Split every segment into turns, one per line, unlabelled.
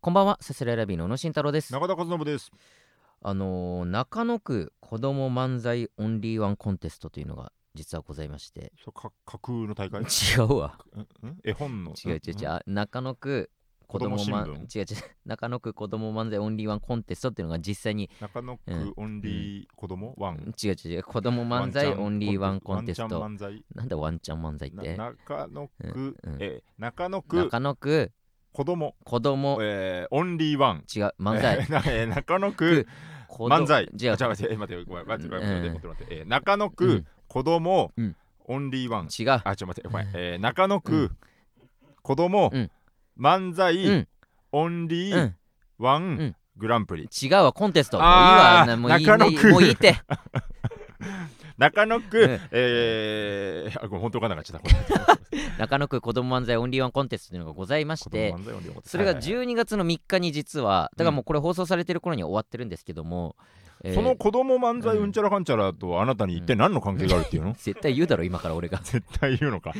こんばんは、せすら選びの小野慎太郎です。
中田和信です。
あのー中野区子ども漫才オンリーワンコンテストというのが実はございま して、
そうか架空の大 会。
違うわ。
うんうん絵本の。
違う違う違う。あ中野区子ども
子供新
漫違う違う。 中野区子ども漫才オンリーワンコンテストっていうのが実際に
中野区オンリー子供ワン。
違う違う違う。子ども漫才オンリーワンコンテス
ワ
ト。
ンちゃん漫
なんでワンチャン漫才っ
才。
て
な中野
うん
区
うん、
え、中野区
中野区
子供、
子ども
えーオンリーワン。
違う漫才
な えー中野区
子ど
漫才。
違う
あ待って、待って、ごめん待って、ごめん待って、
うん
待って、待って。えー中野
う
区
ん
子供
うん、
オンリーワン。
違う
あ、ちょ、待って、ごめん。えー中野
う
区子供
うん、
漫
う
才
ん、
オンリ
う
ー
ん
ワ
ん
ングランプリ。
違うわコンテストもういい
あー
わなもういい
中野区
もういいって
中野区、
うん
えー、あ、ごめん、本当わかんなかった。ちょっと
中野区子ども漫才オンリーワンコンテストというのがございまし
子供
て
漫才を両方
それが
はいはい
12月の3日に実はだからもうこれ放送されてる頃には終わってるんですけども、えー
その子供漫才
うん
うんちゃらかんちゃらとあなたに一体何の関係があるってい うの
絶対言うだろ今から俺が
絶対言 うのか。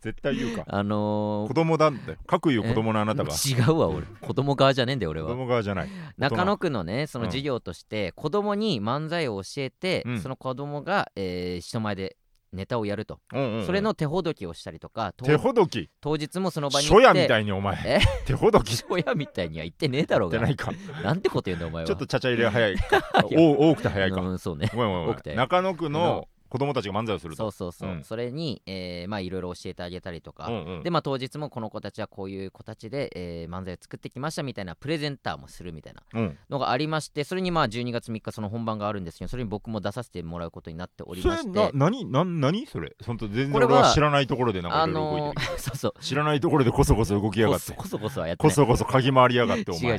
絶対言うか。
あの
子供なんだよ。各言う子供のあなたが。子
ー、違うわ俺子供側じゃねえんだよ俺は
供側じゃない。
中野区のねその
うん
授業として子供に漫才を教えて、
うん
その子供が、えー人前でネタをやると、
うんうんうん
それの手ほどきをしたりとか当
手ほどき、
当日もその場に行
初
って
夜みたいにお
え
前、手 ほどきし
初夜みたいには言ってねえだろう
て
が
ないか。
なんてこと言うんだお前は
ちょっとちゃちゃ入れは早いか
いや
お多くて早いか。
うんそうね
ごめんごめんご
多く
め
て
ん。中野区の子供たちが漫才をする
そ
と
う。そうそう、
うん
それに、えーまあいろいろ教えてあげたりとか、
うんうん
でまあ当日もこの子たちはこういう子たちで、えー漫才を作ってきましたみたいなプレゼンターもするみたいな
うん
のがありましてそれにまあ12月3日その本番があるんですけどそれに僕も出させてもらうことになっており
そ
ま
れ
し
な
て
何何何それ本当全然
これ
俺
は
は知らないところでなんか
あ
いろいろ動いて
の
るけど、
ー、 そうそう
知らないところでこそこそ動きやが
こ
っ
そ
て
こそこそはやって
こ
ない
そこそ嗅ぎ回りやがってお
違
前
う違う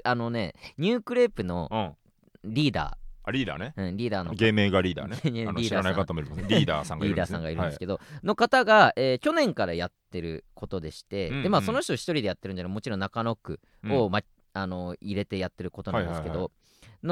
10あのねニュークレープの
うん
リーダ
あリーダーね
ー、うん、リーダーの
芸名がリーダーね
いや
あ の
リー
知
ダーさん
らない方もいるもんねリーダーさんがい
リ
る
ーダーさんがいるんです
ね
けど、の方が、えー去年からやってることでして、
うん
でまあ、
うん
その人一人でやってるんじゃなくもちろん中野区
はい
を、まあの入れてやってることなんですけど、
はいはいは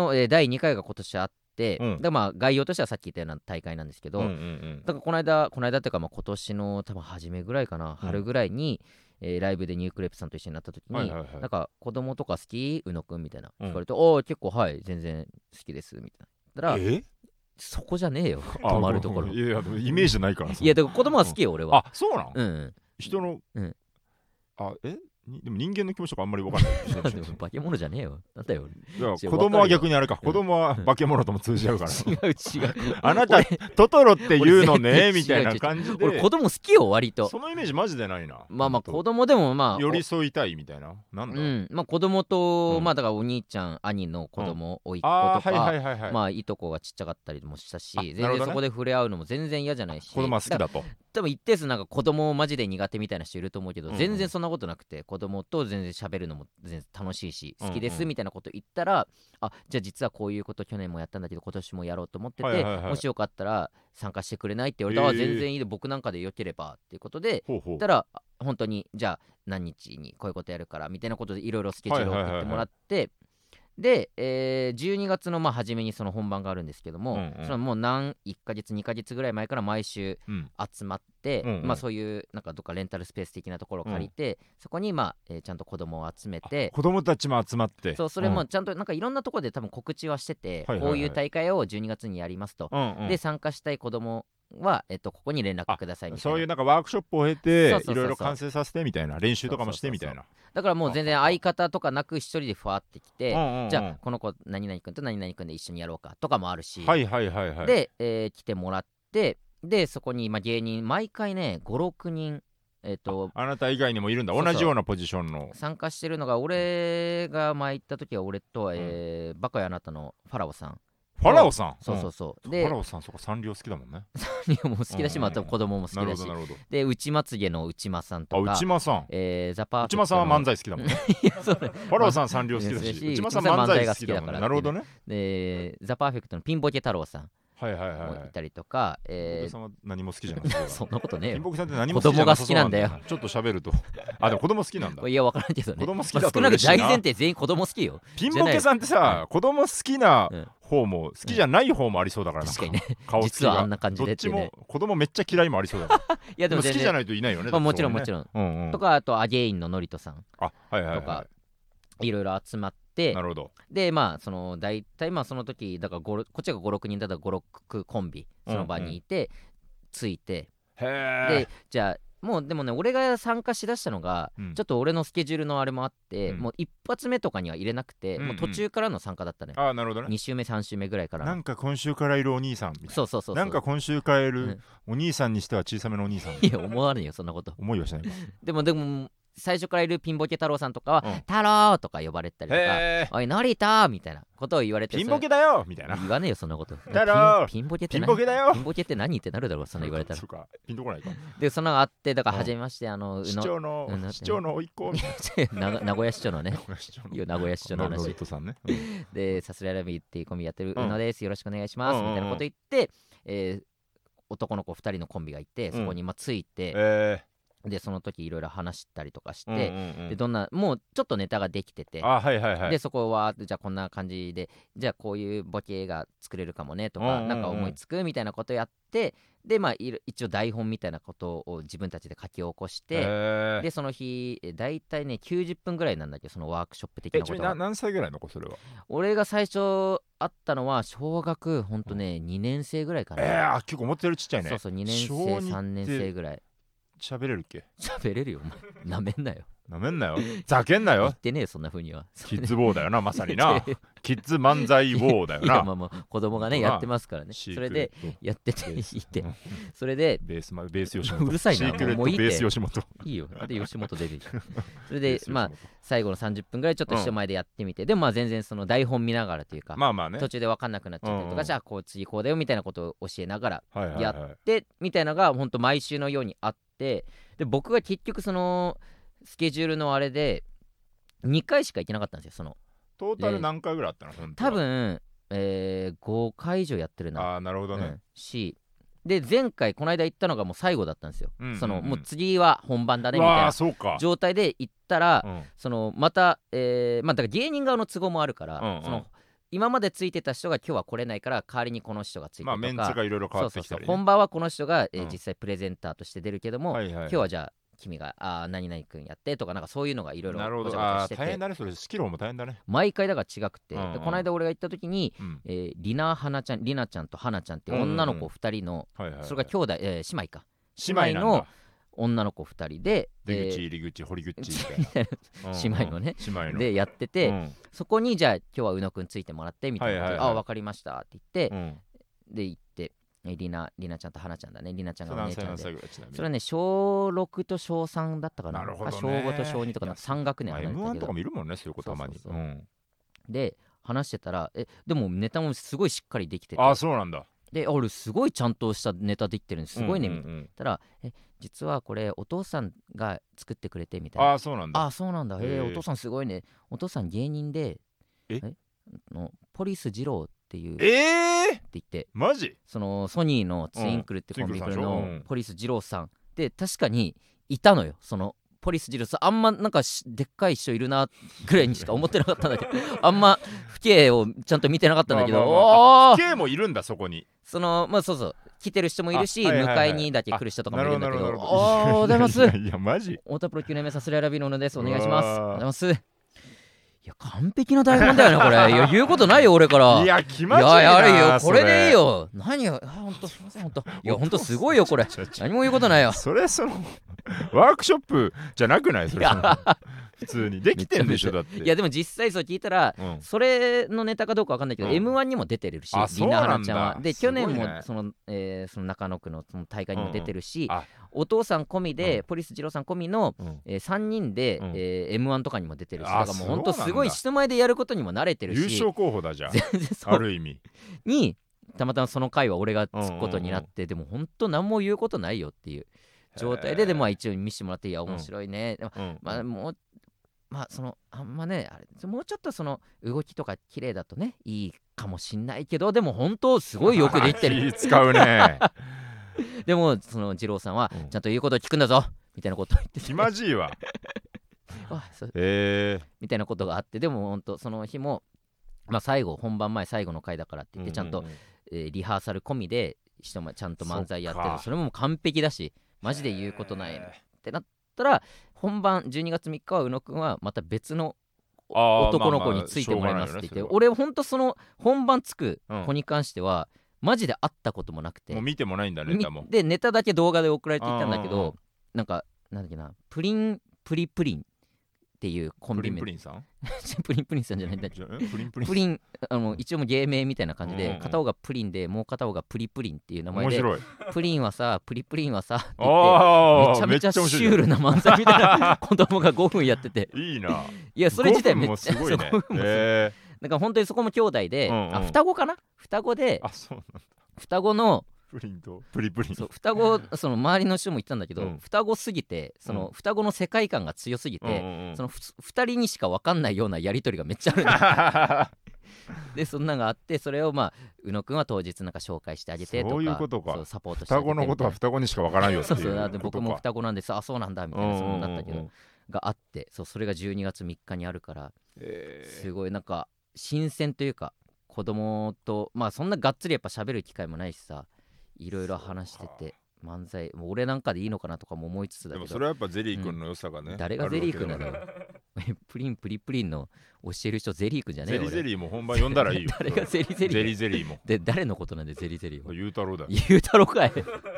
の、えー第2回が今年あって、
うん
でまあ、概要としてはさっき言ったような大会なんですけど、
うんうんうん
だからこの間この間っていうかまあ今年の多分初めぐらいかな春ぐらいに、えーライブでニュークレープさんと一緒になった時に、
はいはいはい
なんか子供とか好き宇野くんみたいな
うん
聞かれて「おお結構はい全然好きです」みたいな。だから
え
そこじゃねえよ
あ
止まるところ
ご。めんいやでもイメージないからさ
いやだから子供は好きよ俺は。
あそうなん
うん。
人の
うん
あえにでも人間の気持ちとかあんまり分か んない
でも化け物じゃねえよ。なんだよ。
いや
違う
子供は
わかるよ
逆にあれか
うん
子供は化け物とも通じ合うから
違う違う。
あなた
俺
トトロって言うのね
俺
み
絶
た
対
いな感じで
俺子供好きよ割と。
そのイメージマジでないな。
まあまあ
ほ
子
んと
供でもまあ。
寄り添いたいみたいな。なんだ、
うん、まあ子供と、
うん
まあだからお兄ちゃん兄の子供、甥っ子
ああ、
とか、
はいはいはいはい。
まあいとこがちっちゃかったりもしたし
あ
全
なる
然
ほど
そ
ね
こで触れ合うのも全然嫌じゃないし
子供は好きだと。
多分一定数なんか子供をマジで苦手みたいな人いると思うけど、
うんうん
全然そんなことなくて子供と全然喋るのも全然楽しいし
うんう
好
ん
きですみたいなこと言ったら、あじゃあ実はこういうこと去年もやったんだけど今年もやろうと思ってて、
はいはいはい
もしよかったら参加してくれないって言われたら、
えー
あ全然いいで僕なんかでよければっていうことで
ほうほ
言
う
った。らあ本当にじゃあ何日にこういうことやるからみたいなことでいろいろスケジュールを送ってもらって。で、えー12月のまあ初めにその本番があるんですけども、
うんうん
それはもう何1ヶ月2ヶ月ぐらい前から毎週
うん。
集まって、
うんうん
まあ、そういうなんかどっかレンタルスペース的なところを借りて、そこに、まあえーちゃんと子供を集めて
子供たちも集まって。
そうそれ
う
も
ん、
ちゃんとなんかいろんなところで多分告知はしてて、
はいはいはい
こういう大会を12月にやりますと、
うんうん
で参加したい子供は、えっとここに連絡くださいみたいな
そういうなんかワークショップを経て
そうそうそうそう
いろいろ完成させてみたいな練習とかもしてみたいな。
だからもう全然相方とかなく一人でふわってきて、
うんうんうん
じゃあこの子何々君と何々君で一緒にやろうかとかもあるし、
はいはいはいはい。
で、えー来てもらってでそこに、まあ、芸人毎回ね56人、えっと
あなた以外にもいるんだ。
そう
同
そう
じようなポジションの。
参加してるのが俺が前行った時は俺と、えーバカやあなたのファラオさん
ファラオさん。
そうそううんそう、
フ
で
ァラオさん、そこサンリオ好きだもんね。
いやもう好きだし、
うん
また子供も好
な
きだ
るほど
し
なるほど。
で内まつげの内間さんと
あ、
か
内間さん。
えーザパー
内間さんは漫
才
才好きだもんね。
いや そうだ
ファラオさんサンリオ好きだ
いや
し
そうだ、し
内間さん漫
内間さん漫
才好きだもん
才が好きだから
ね。なるほどね。
でザ・パーフェクトのピンボケ太郎さん
はいはいはい
も
はい
い。たりとか、
お
え
父さんは何も好きじゃない。
ー そんなことねえ
金
よ
木さんって何も好きじゃなさそうなんだよ
子供が
ちょっと喋ると。 あ、でも子供好き なんだ。
いや分からんけどね
子供好きだと
まあ少なく
嬉しいな
大前提全員子供好きよ
ピンボケさんってさ、子供好きな
うん
方も好きじゃない方もありそうだからな
確かにね
顔つき
実はあ
が
ん。な感じ
ど
で
っ
って
ち
いうね
も子供めっちゃ嫌いもありそうだから。
いや
で
で
も
も
好
全
き
然
じゃないといないよね。
まあ、もちろんもち
ろん。
ろん
うんうん
とかあとアゲインののりとさん
あ、はいはい
とか
は
いろいろ集まって
なるほど。
でまあその大体まあその時だから5こっちが56人だったら56コンビその場にいて、ついて
へえ
で。じゃあもうでもね俺が参加しだしたのが、
うん
ちょっと俺のスケジュールのあれもあって、
うん
もう一発目とかには入れなくて、
うんうん
もう途中からの参加だったね、
ああ、なるほどね。
2週目3週目ぐらいから
なんか今週からいるお兄さんみたいな。
そうそうそうそう
なんか今週からいうる
ん
お兄さんにしては小さめのお兄さん。
いや思わねえよそんなこと
思いはしないか。
でもでも最初からいるピンボケ太郎さんとかは
うん
「太郎!」とか呼ばれたりとか
へえ
「おい成田!」みたいなことを言われて
ピンボケだよみたい
それ
な。
言わねえよそんなこと
太郎
ピンピンボケって
ピン
何
ボケだよ
ピンボケって何ってなるだろうそんな言われたら
そうか。ピンとこないか。
でそのがあってだから
うん
初めましてあの宇
市
野
長の
う、の
市長の甥っ子みたい
な名古屋市長のね
な。 市長の
いいよ名古屋市長の
ロロレ
話
ットさんね。うん
でさすらいラビーっていうコンビやってる
うん
宇野ですよろしくお願いします
うんうんう
み
ん
たいなこと言ってえー男の子2人のコンビがいてそこにまあついて
え
でその時いろいろ話したりとかし
え。うん
て
うんうん
でどんなもうちょっとネタができてて
あ、はいはいはい。
でそこはじゃあこんな感じでじゃあこういうボケが作れるかもねと
うんう
か、
んうん
なんか思いつくみたいなことやってでまあいろ一応台本みたいなことを自分たちで書き起こして、
へえ
でその日え大体ね90分ぐらいなんだけどそのワークショップ的
え、
な
ち
こ
なみ
と
にな
が
何歳ぐらいの子それは
俺が最初会ったのは小学ほんとね2年生ぐらいか
え
な、
え、あ結構思ってよりちっちゃいね
そう。そう2年生
小二って
3年生ぐらい
喋れるっけ
喋れるよお前なめんなよ
なめんなよ。ざけんな
言 っ
よ。
てねえよそんな風には。
キッズウォーだよな、まさにな
い
キッズ漫才ウォーだよ
やま
な。
あまあ子供がね
ほんとな
やってますからねそ
シーク
れ
レ
で
ット
やってて
ベ
い
ース
いって
うん
それで
ベースマベース吉本。
うるさいな
シークレッ
も
ト
う
ベ
いいって
ース吉本。
いいよなんで吉本デビューそれ
ベ
で
ース吉本
まあ最後の30分ぐらいちょっと人前でやってみて、でもまあ全然その台本見ながらというか、
まあまあね
途。中で分かんなくなっちゃったりとか、
うんうん
じゃあこう次こうだよみたいなことを教えながら
はいはい
や
はい。
でみたいなのがほんと毎週のようにあってで僕が結局そのスケジュールのあれで2回しか行けなかったんですよその
トータル何回ぐらいあったの本当
多
は
分、えー5回以上やってるな
ああ、なるほど
う
ね
ん。しで前回この間行ったのがもう最後だったんですよ、
うんうんうん
そのもう次は本番だね
う
みたい
わ
な
あ、そうか。
状態で行ったら、
うん
そのまた、えーまあ、だから芸人側の都合もあるから、
うんうん
その今までついてた人が今日は来れないから代わりにこの人がついてと
ま
か、
あメンツがいろいろ変わってきた
そうそうそ
り
う
ね。
本番はこの人が、えー
うん
実際プレゼンターとして出るけども、
はいはい。
今日はじゃあ君があー何々君やってとかなんかそういうのがいろいろ
なるほ
ごちゃごち
ど。
ゃし
ああ
て
ー、大
て
変だね。それスキルも大変だね。
毎回だから違くて、
うんうん
でこの間俺が行った時に、
うん。
えーリナはなちゃんリナちゃんとはなちゃんっていう女の子2人の、
はいはいはい。
それが兄弟、えー姉妹か
姉妹なんだ。
女の子2人で、え
出口、
ー
入り口、堀口みたいな。
姉妹のね
うんうん。姉妹の。
でやってて、
うん
そこにじゃあ今日は宇野くんついてもらってみたいなことで、
はいはいは
あ
い
あ分かりましたって言って、
うん
で行ってえりなりなちゃんとはなちゃんだねりなちゃん
そ
が
れ
お
何
姉ち
歳
ゃんで
何歳ぐらいちなみに
それはね小6と小3だったかな
なるほどね
あ小5と小2とかなんか3学年
まあ
離れてた
M1
け
と
ど
かもいるもんね、そういうことたまに。
そうそう
う
そうんで話してたらえでもネタもすごいしっかりできてて
ああ、そうなんだ。
であ俺すごいちゃんとしたネタできてるんですごいね
うん
み
う
たい
ん
な
うん
たらえ実はこれお父さんが作ってくれてみたいな
ああ、そうなんだ。
あそうなんだ
へ
へえ
ー
お父さんすごいねお父さん芸人で
え
あのポリス二郎っていうって
ええ
言って
マジ
そのソニーのツインクルって
う
コ
ん
ンビ
ツイン
ニ
クルさんでしょう
の
ん
ポリス二郎さんで確かにいたのよそのポリス二郎さんあんまなんかしでっかい人いるなぐらいにしか思ってなかったんだけどあんま父兄をちゃんと見てなかったんだけど、
まあまあまあ
お
あ
ー
K もいるんだ、そこに。
そのまあそうそう来てる人もいるし、
あはいはいは
迎
い
えにだけ来る人とかもいるんだけど
あなるほど
おーおはようございます
や やいや、マジ
太田プロ9年目さすらいラビーの小野です。お願いします。
うわ
おはよ
ー
うございます。いや、完璧な台本だよね、これ。い や、言うことないよ、俺から。
い
いや、
や、気まずいな。
やるよ、これでいい
よ。
よ。何よ、あ、ほんと、すいません、ほんと。いや、ほんと、すごいよ、これ。
ちょちょ
何も言うことないよ。
それ、その、 ワークショップじゃなくないそれ。その 普通に。できてんでしょ、だって。
いや、でも実際そう聞いたら、
うん
それのネタかどうかわかんないけど、
うん
M1 にも出てるし、
あ
リナハナちゃん
そうな
は
ん。だ
で、
すご
去
いね
年もその、えーその中野区のその大会にも出てるし、
んあ
お父さん込みで、
うん
ポリス二郎さん込みの、
うん
えー、3人で、
うん
えー M1 とかにも出てるし、
あ
だからもう本当
そうなん
す
だ
ごい人前でやることにも慣れてるし、
優勝候補だじゃん。
全然そ
あ
う
る意味。
にたまたまその回は俺がつくことになって、でも本当何も言うことないよっていう状態ででまあ一応見せてもらっていや面白いね、でも
うん
まあもうまあそのあんまねあれもうちょっとその動きとか綺麗だとねいいかもしんないけどでも本当すごいよくでき てる
気使 うね。
でもその二郎さんは
うん
ちゃんと言うことを聞くんだぞみたいなことを言ってて
気まじいわ。
あそう
ええ。
みたいなことがあってでも本当その日もまあ最後本番前最後の回だからって言ってちゃんと
ううう。
えーリハーサル込みで人もちゃんと漫才やって
そっ
る
か
それももう完璧だしマジで言うことないってなったら本番12月3日は宇野くんはまた別の
あー
男の
ま
子
あま
に
あ
ついてもらいますって言って、
しょうがないよね
俺ほんとその本番つく
うん
子に関しては、マジで会ったこともなくて
それはもう見てもないんだネタも
みでネタだけ動画で送られていたんだけ
うんうんうん
どなんかなんだっけなプリンプリプリンっていうコン
プ
ビ
リン
名
プリンさん
プリンプリンさんじゃないんだけ
じゃあえプリンプリ
どプ
ン
リンあの一応もう芸名みたいな感じ
うんうん
で
うん
片方がプリンでもう片方がプリプリンっていう名前
面
で
白い
プリンはさプリプリンはさって言ってめ
あ
ち
あ
ゃめちゃシ
面
ュー
白い
ルな漫才みたいな 子供が5分やってて
いいな い
やそれ自体めっちゃ
5分もすごい
そう
ね
5分もすごい
え
だから本当にそこも兄弟で、
うんうん
あ双子かな双子で
ーあそうなんだ
双子の
プリンとプリプリン
そう双 子その周りの人も言ったんだけど、
うん
双子すぎてその
う
双子の世界観が強すぎて、
うんうんうん
その2人にしか分かんないようなやり取りがめっちゃ あるんだでそんなのがあってそれをまあ宇野くんは当日なんか紹介してあげてとか
そういうことか
そうサポートしてあ
双
げて
子の ことは
み
双子にしかわから
た
ん
い
よ
な
って
そ
いう
そうだって
うこと
僕
か
も双子なんですあそうなんだみたいなそうなったけ
うんうん
ど
うんうん
があってそうそれが12月3日にあるから
え
すごいなんか新鮮というか子供とまあそんながっつりやっぱ喋る機会もないしさいろいろ話してて漫才もう俺なんかでいいのかなとかも思いつつ
ー
だけ
でもそ
ど
れはやっぱゼリー君の良さがね
誰がゼリー君な
ある
の
わけだ
よプリンプリプリンの教える人ゼリー君じゃ
から
ねえ
ゼ
よ
リ
俺
ーゼリーも本番呼んだらいいよ
誰がゼリーゼリー
ゼリーゼリ ーも
で誰のことなんでゼリーゼリーは
ゆうたろうだよ
言うたろ かい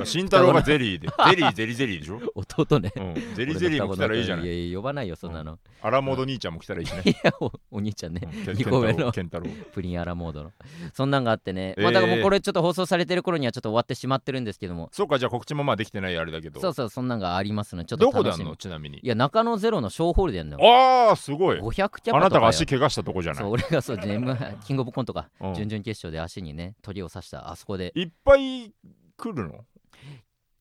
慎太郎がゼリーでゼリーゼリーゼリー でしょ
弟ね
うん ゼリーゼリーも来たらいいじゃない
いやや呼ばないよそんなの、
アラモード兄ちゃんも来たらいいしね
いやお お兄ちゃんね
うん
2個上の
ケンタロウ
プリンアラモードのそんなんがあってね、
えー
まあだからもうこれちょっと放送されてる頃にはちょっと終わってしまってるんですけども
そうかじゃあ告知もまあできてないあれだけど
そうそうそんなんがありますのでちょっと
どこ
楽
であ
しみ
んのちなみに
いや中野ゼロのショーホールでやるのよ
ああすごい
500キャパとか
あなたが
よ
足怪我したとこじゃな
そう
い
俺がそう全 部キングオブコントか、
うん
準々決勝で足にね鳥を刺したあそこで
いっぱい来るの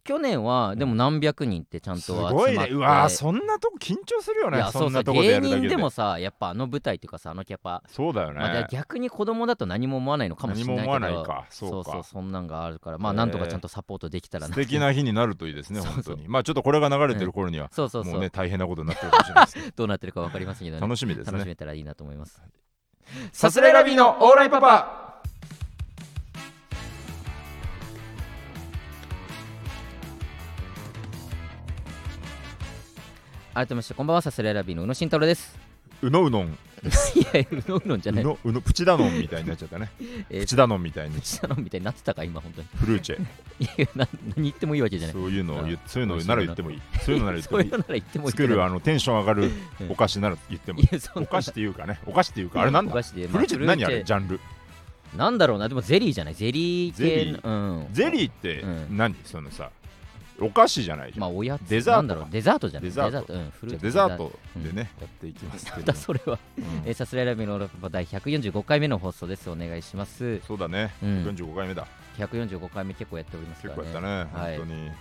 去年はでも何百人ってちゃんと
す
集まって
ごいねうわーそんなとこ緊張するよ
い
ね
やそ
そ
うんそう
なとこでや
芸
るだけ
人
で
でもさやっぱあの舞台というかさあのキャパ、
そうだよ
まあじゃあ
ね
逆に子供だと何も思わないのかもし
何
れ
も
ないけ
思
ど
わないか
そ
そうう
そう
か
そんなんがあるからまあ
へー
なんとかちゃんとサポートできたら
素
な
敵な日になるといいですね
そう
本
そ
当
う
にまあちょっとこれが流れてる頃には
そうそうそう
もうね大変なことになってるかもし れないですけど
どうなってるか分かりませんけどね
楽しみです
楽し
ね
めたらいいなと思います
さすらいラビーのオーライパパ
改めましてこんばんはさすらいラビーの宇野慎太郎です
うのうのん
いや宇野宇野じゃ
う
ない
のうのプチダノンみたいになっちゃったね
えー
プチダノンみたいに
下のみたいになってたか今本当に
フルーチェ
いやな何言ってもいいわけじゃない
そういうのを言うそういうのなら言ってもいい
そ
そうう
い
い
ううの
の
な
なら
ら言
言ってもいい
ってもいい
作るあのテンション上がる
うん
お菓子なら言ってもい
い
い
やそん
お
な
菓子っていうかねお菓子っていうかあれなんだ
お
フ
菓子で
ルーチェって何あれ
ま
ジャンル
あなんだろうなでもゼリーじゃないゼリー
ゼ
系
リ
のうん
ゼリーって
うん
何そのさお菓子じゃないじゃ
ま
ん
あおやつ
デザート
なんだろうデザートじゃない
デザート
うんフル
じ
ー
ゃあ
ツ
デザート
うん
でねやっていきます け
なん
ど
だそれは
うん
えーさすらいラビーのロッパ第145回目の放送ですお願いします
そうだね
うん
45回目だ
145回目結構やっておりますか
結
ら
構
ね
やったね
はい
本当に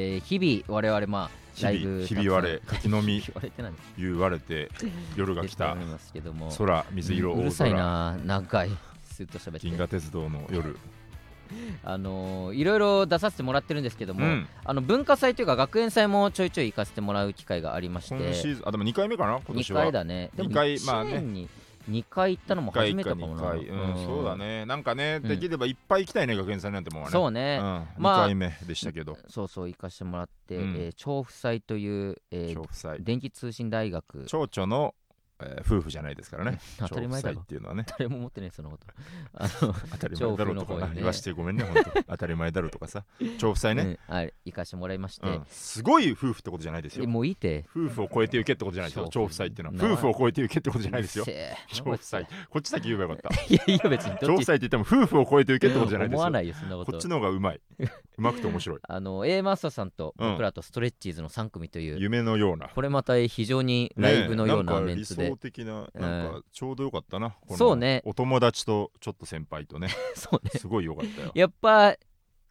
えー日々我々まあライ
日
ブ
々日々我れ
たく
か
さん
きのみ
日々我れって何
言われて夜が来
と
た
思いますけども
空水色
うんう
大
るさい
空
な長いスーッと喋って
銀河鉄道の夜
あのーいろいろ出させてもらってるんですけど
う
も、
ん
あの文化祭というか学園祭もちょいちょい行かせてもらう機会がありまして
今シーズンあでも2回目かな今年
2
は
回だねでも
二回まあね
1年に2回行ったのも
一
初
回か
めてかも
2
な
回、うん、そうだねなんかね、
うん
できればいっぱい行きたいね学園祭なんてもんはね
そう
う
ね、
ん、
まあ
2回目でしたけど、
そうそう行かせてもらって、
うん
えー調布祭という、えー
調布祭
電気通信大学
蝶々の、えー夫婦じゃないですからね
当たり前だ
調布祭
ろ
っていうの は ね
誰も思ってないそのことあの
当たり前だろう
調
とか
布の方
な、
にね
言わしてごめんね本当当たり前だろうと かさ調布祭ね、
うんあれ行かせてもらいまして、
うんすごい夫婦ってことじゃないです
え
よ
もういいて
夫婦を超えて受けってことじゃないですよ
そう
調布祭っていうの
な
は夫婦を超えて受けってことじゃな いですよ
うるせえ
調布祭こっちだけ言えばよ かった
いやいや別にど
調
っ
布
ち
祭って言っても夫婦を超えて受けってことじゃないです
思わ
よ
ないよそんなこ
ことっちの方がうまいうまくて面白い
あの A マッサさんと
うん
僕らとストレッチーズの3組という、
夢のような
これまた非常にライブのような
ねえ
メンツで、
なんか理想的ななんかちょうどよかったな、この
そうね
お友達とちょっと先輩とね
そうね
すごいよかったよ
やっぱ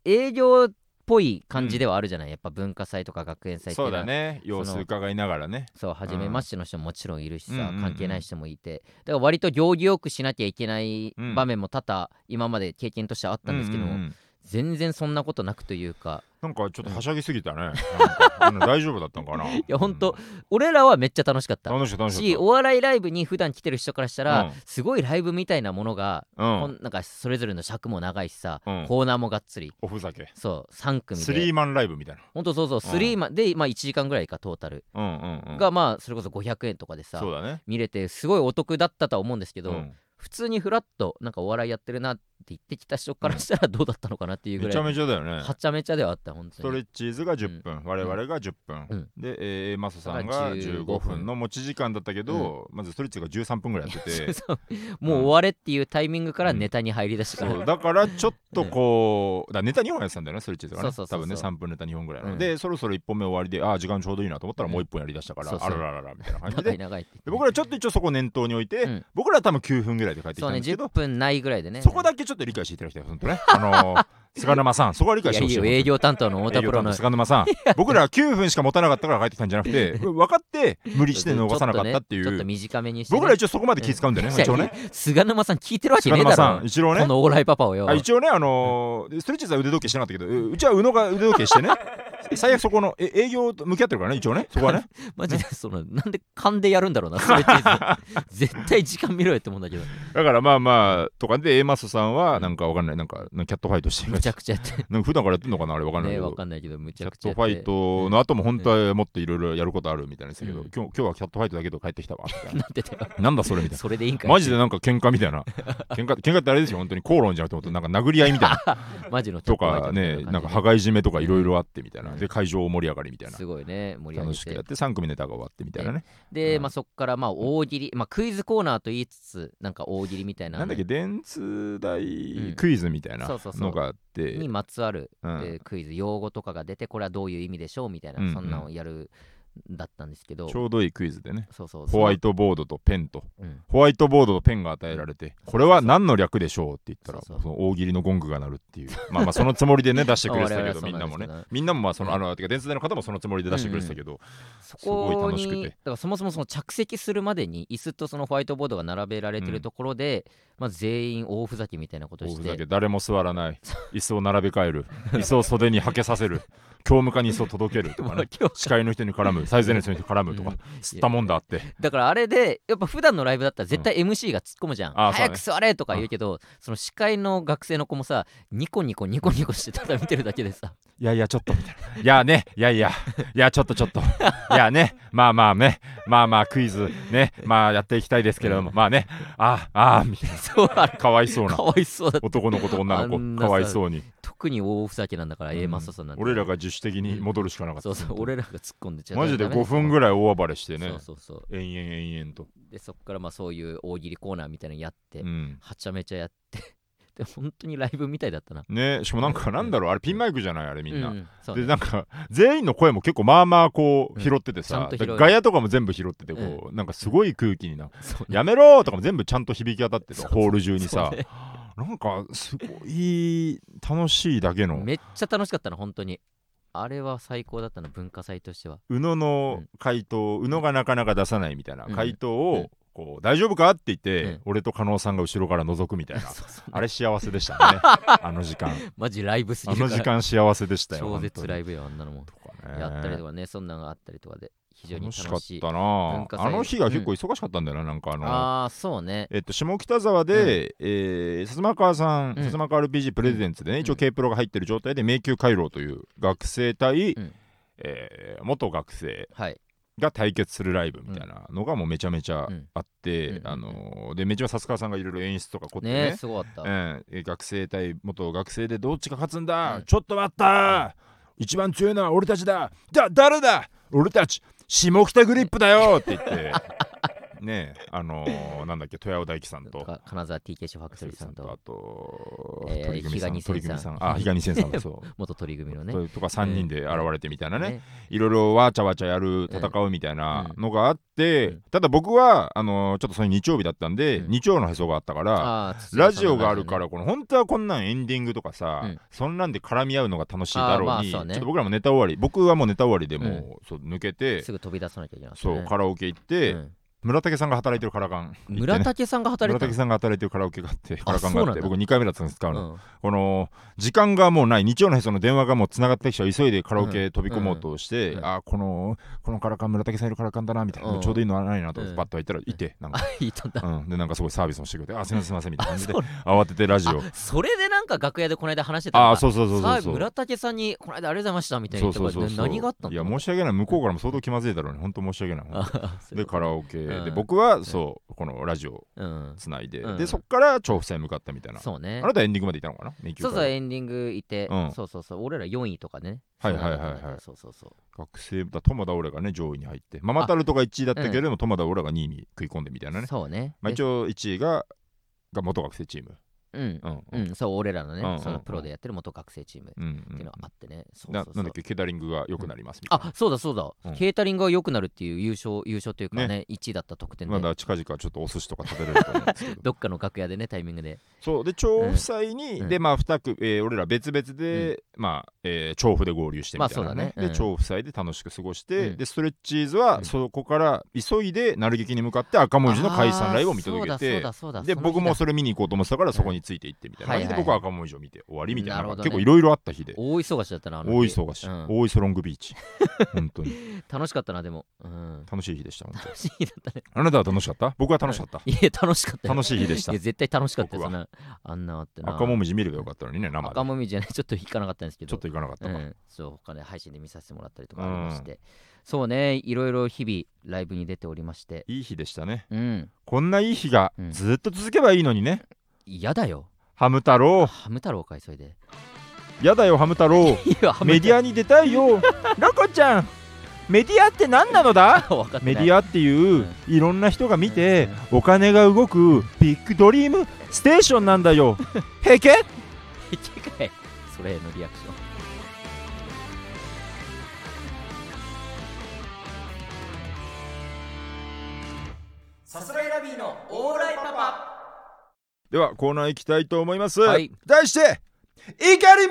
営業っぽい感じではあるじゃない、やっぱ文化祭とか学園祭ってい
そうう
のは
だね様子伺いながらね
そう初めましての人ももちろんいるしさ、
うんうんうん
関係ない人もいてだから割と行儀よくしなきゃいけない場面も多々今まで経験としてはあったんですけども、
うんうんうん
全然そんなことなくというか
なんかちょっとはしゃぎすぎたね。なんかあの大丈夫だったのかな。 い
やほんと俺らはめっちゃ楽しかった
楽しかった楽し
し
かっ
お笑いライブに普段来てる人からしたら、
うん
すごいライブみたいなものが、
た。う
こ
ん。
んなんかそれぞれの尺も長いしさ、
うん
コーナーもがっつり
おふざけ。
そう3組
スリ
で
ーマンライブみたい
ほんとそうそう
うん
3まで、まあ、1時間ぐらいかトータル、
な。うんうんうん。
がまあそれこそ500円とかでさ
そうだね。
見れてすごいお得だったとは思うんですけど、
うん
普通にフラッとなんかお笑いやってるなって言ってきた人からしたらどうだったのかなっていうぐら
めち
い
ゃめちゃだよね。
はちゃめちゃではあった本
スト
当
レ
に
ッチーズが10分、我々が10分、
うん
で、えー、マサさんが
15
15分
分
の持ち時間だったけど、まずストレッチーズが13分ぐらいやってて
そうもう終われっていうタイミングからネタに入りだしたから、
そうだからちょっとこう、だからネタ2本やってたんだよねストレッチーズがね
そうそうそうそう
多分ね3分ネタ2本ぐらいの、
うん
でそろそろ1本目終わりでああ時間ちょうどいいなと思ったらもう1本やりだしたから、
そうそう
あららららみたいな感じ
長
で
い長いって言って
で僕らちょっと一応そこを念頭に置いて、
うん
僕らは多分9分ぐらいで帰ってき
そ
た
うんね
ですけど
10分ないぐらいでね
そこだけちょっと理解していただきたい本当ねあのー菅沼さんそこは理
い
解し
や
て
い
ほ
い
しい
よ営業担当の太田プロの
菅沼さん僕らは9分しか持たなかったから帰ってきたんじゃなくて分かって無理して逃さなかったってい
ちょっとねちょっと
う
短めにしてね、
僕ら一応そこまで気遣うんだよね一応ね
いや菅沼さん聞いてるわけ
菅
ねえだ
沼
ろ
さん一応
こ
ね
のオーライパパをよ
あ一応ねあのーストレッチーズは腕時計してなかったけどううちは宇野が腕時計 してね最悪そこのえ営業と向き合ってるからね一応ねそこ はね
マジでその、なんで勘でやるんだろうなストレ ッチーズ絶対時間見ろよって思うんだけど
だからまあまあとかで A マスさんはなんかわかんないなんかキャットファイトしてる
むちゃくちゃやって
なんか普段からやってんのかなあれ わかんない
ね
け
わ
ど
かんないけどむち
キ
ゃ
ャ
く
ッ
ちゃ
ト
や
フ
って
ァイトの後も本当はもっといろいろやることあるみたいなんですけど、
うん
今日今日はキャットファイトだけど帰ってきたわみたいな
なってたよ
なんだそれみたいな
それでいいんかい
マジでなんか喧嘩みた いな喧嘩喧嘩ってあれですよ本当に口論じゃなくて本当になんか殴り合い みたいな
マジの
とかねなんか
は
羽交い締めとかいろいろあってみたいな、
うん
で会場盛り上がりみたいな
すごいね盛り上
楽
げ
しくやってて3組ネタが終わってみたいなね
で、
うん
まあ、そこからまあ大喜利、まあ、クイズコーナーと言いつつなんか大喜利みたいな
なんだっけ電通
う
大
ん
クイズみたいな
そうそうそう
のがあって、
にまつわる、
うん
えークイズ用語とかが出てこれはどういう意味でしょうみたいな、
うんうん
そんなのをやるだったんですけど
ちょうどいいクイズでね
そうそう
ホワイ
ト、
トボードとペンと
うん
ホワイトボードとペンが与えられてこれは何の略でしょうって言ったら
そ
そう
そう
の大喜利のゴングが鳴るっていう まあまあそのつも りでね出してくれてたけ
我々は
ど
そう
みん
な
な
です
んも
けどね
ねみんなもまあそのあのてか電通大の方もそのつもりで出してくれてたけど
そ
すごい
こ
楽しく
に
て
だからそもそもその着席するまでに椅子とそのホワイトボードが並べられて
う
る
ん
ところで、まあ、全員大ふざけみたいなことを
大
し
ふ
て
ざけ誰も座らない椅子を並べ替 える椅子を袖にはけさせる教務課に椅子を届けるとか
まあ
ね
今日
司会の人に絡む最前列の人に絡むとか
うん
吸ったもんだあって
だからあれでやっぱ普段のライブだったら絶対 MC が突っ込むじゃん、
あーそうだね
早く座れとか言うけど、その司会の学生の子もさニコニコニコニコしてただ見てるだけで さ
いやいやちょっとみたいないやねいやいやいやちょっとちょっといやねまあまあねまあまあクイズねまあやっていきたいですけれどもまあねあああみたい
そうあ
な
れ
かわいそうな
かわいそうだ
男の子と女の
あん
子
なさ
かわいそうに
特に大ふざけなんだから、A マストさんなんて
俺らが自主的に戻るしかなかった
そうそう俺らが突っ込んでちゃ
マジで5分ぐ
い
らい大暴れしてね
そうそうそう
延々延々と
でそっからまあそういう大喜利コーナーみたいなのやって、
うん
はちゃめちゃやって で本当にライブみたいだったな
ねしかもなんかなんだろうあれピンマイクじゃないあれみんな
ううんそうね
でなんか全員の声も結構まあまあこう
うん
拾ってて
ちゃ
さ
ん、と拾
だ
える
からガヤとかも全部拾っててこう、なんかすごい空気にな
そうね
やめろーとかも全部ちゃんと響き渡って
そ
た
うそう
ホール中にさ、
そうね
なんかすごい楽しいだけの
めっちゃ楽しかったな本当にあれは最高だったな文化祭としては
宇野の
うん
回答、宇野がなかなか出さないみたいな
うん
回答
う
を
ん
こう大丈夫かって言って、
うん
俺と加納さんが後ろから覗くみたいな
そうそう
あれ幸せでした ねあの時間
マジライブすぎ
あ
るか
の
ら
時間幸せでしたよ
超絶ラ
イ
イブよあんなのも、
ブ
やったりとかねそんなのがあったりとかで非常に楽
楽しかっ
しい
たな
文化祭
あの日が結構忙しかったんだよな、なんかあの
ああーそうね
えっと、下北沢で、えー、薩摩川さん、
うん
薩摩川 RPG プレゼンツでね、一応
うん
K プロが入ってる状態で迷宮回廊という学生対、
うん
えー元学生
はい
が対決するライブみたいなのがもうめちゃめちゃ
うん
あって、
うん
あのーでめちゃ薩川さんがいろいろ演出とか凝ってね
ねすごかった、
うんえー学生対元学生でどっちが勝つんだ、
うん
ちょっと待った一番強いのは俺たちだだ誰だ俺たち下北グリップだよって言 って。ねえあのーなんだっけ豊尾大樹さんと
か金沢 TK ファクトリーさん
あ
と
と、
えー
鳥組さん
比嘉二千さん
鳥組さんあ比嘉二千さんだそ
元鳥組の
う、
ね
ととか三人で現れてみたいなね、
ね
いろいろわーちゃわちゃやる戦うみたいなのがあって、
うんうん
ただ僕はあのーちょっとそれ日曜日だったんで、
うん
日曜のへそがあったから。
あー
ラジオがあるか
ね
らこの本当はこんなんエンディングとかさ、
うん
そんなんで絡み合うのが楽しいだろうに、
あーまあそうね
ちょっと僕らもネタ終わり僕はもうネタ終わりでもう、そう抜けて
すぐ飛び出さなきゃいけない、ね、
そうカラオケ行って、
うん
村竹さんが働いてるカラカン行ってね、
村竹さんが働
村
いて
竹
た
さんが働いてるカラオケがあってカラカンが
そ
あ
う
っ
な
て
んだ
僕2回目だったんです使うの、
の、
この時間がもうない日曜のへその電話がもうつながってきちゃう急いでカラオケ飛び込もうとして、
うんうん
あーこのこのカラカン村竹さんいるカラカンだなみたいな、
うん
ちょうどいいのはないなと思っ
う
て
ん
バッと入ったらいて、なんか、
いたんだ。
うん、でなんかすごいサービスもしてくれてあーすいませんすいませんみたいな 感じで
そう
慌ててラジオ
あそれでなんか楽屋でこの間話してたのが
ああーそうそうそうそう
さ
そ
あ
う
村竹さんにこの間ありがとうございましたみたい
そ
な
うそうそ
言
う
って
そう
何があったん
い
だ
や申し訳ない向こうからも相当気まずいだろうね本当申し訳ない
あそうい
で
うこ
カラオケ
うん
で僕はそうこのラジオ
とうん
つないで
うん
でそっから調布線向かったみたいな
そうね
あなたエンディングまでいたのかな迷宮
そう
から
そうエンディングいて、
うん
そうそうそう俺ら4位とかね
はいはいはいはい
そんなのそうそうそう
学生だ友田オレがね上位に入ってママタルトが1位だったけれども友田オレが2位に食い込んでみたいなね
そうね
まあ一
応
応1位がが元学生チーム
うん
うん
う
うん
んそう俺らのね、
うんうん
そのプロでやってる元学生チームっ
うん
ていううんのがあってね、そうそ
な
う
な
そう
んだっけケータリングが良くなりますみたい
あそうだそうだ、
うん
ケータリングが良くなるっていう優勝優勝というかね1位だった得点で、
なまだ近々ちょっとお寿司とか食べれると思うんですけど
どっかの楽屋でねタイミングで
そうで調布祭に、
うん
でまあ2組、えー俺ら別々で、まあ、えー調布で合流してみたいな、ね
まあそうだねうん
で調布祭で楽しく過ごして、
うん
でストレッチーズ
う
は
ん
そこから急いで鳴る劇に向かって赤文字の解散ライブを見届け
あーそう
て
だそうだそうだ
で
その日
僕もそれ見に行こうと思ってたか
うん
らそこについて行ってみたいな、
はいはい
で僕は赤文字を見て終わりみたいな
なるほどね
結構いろいろあった日で
大忙しだったなあの
大
日
忙し、
うん
大磯ロングビーチ本当に
楽しかったなでも、うん、
楽しい日でした本当に
楽しいだったね
あなたは楽しかった僕は楽しかった、
いや楽しかったよ
楽しい日でした
いや絶対楽しかったよそん
僕
なあんなあってな
赤文字見ればよかったのにね生
赤
で
もみじゃないちょっと引かなかったんですけど
ちょっと行かなかった
う
か、
ん、そう他で配信で見させてもらったりとかありまして、そうねいろいろ日々ライブに出ておりまして
いい日でしたね
うん
こんないい日が
うん
ずっと続けばいいのにね、
嫌だよ
ハム太郎
ハム太郎かいそれで
やだよハム太郎
いやハム
メディアに出たいよロコちゃんメディアって何なのだ
太郎分かってな
メ
い
ディアっていううんいろんな人が見てお金が動くビッグドリームステーションなんだ よへけ
いけかいそれへのリアクション
さすらいラビーのオーライパパ
ではコーナー行きたいと思います、
はい
題して怒り守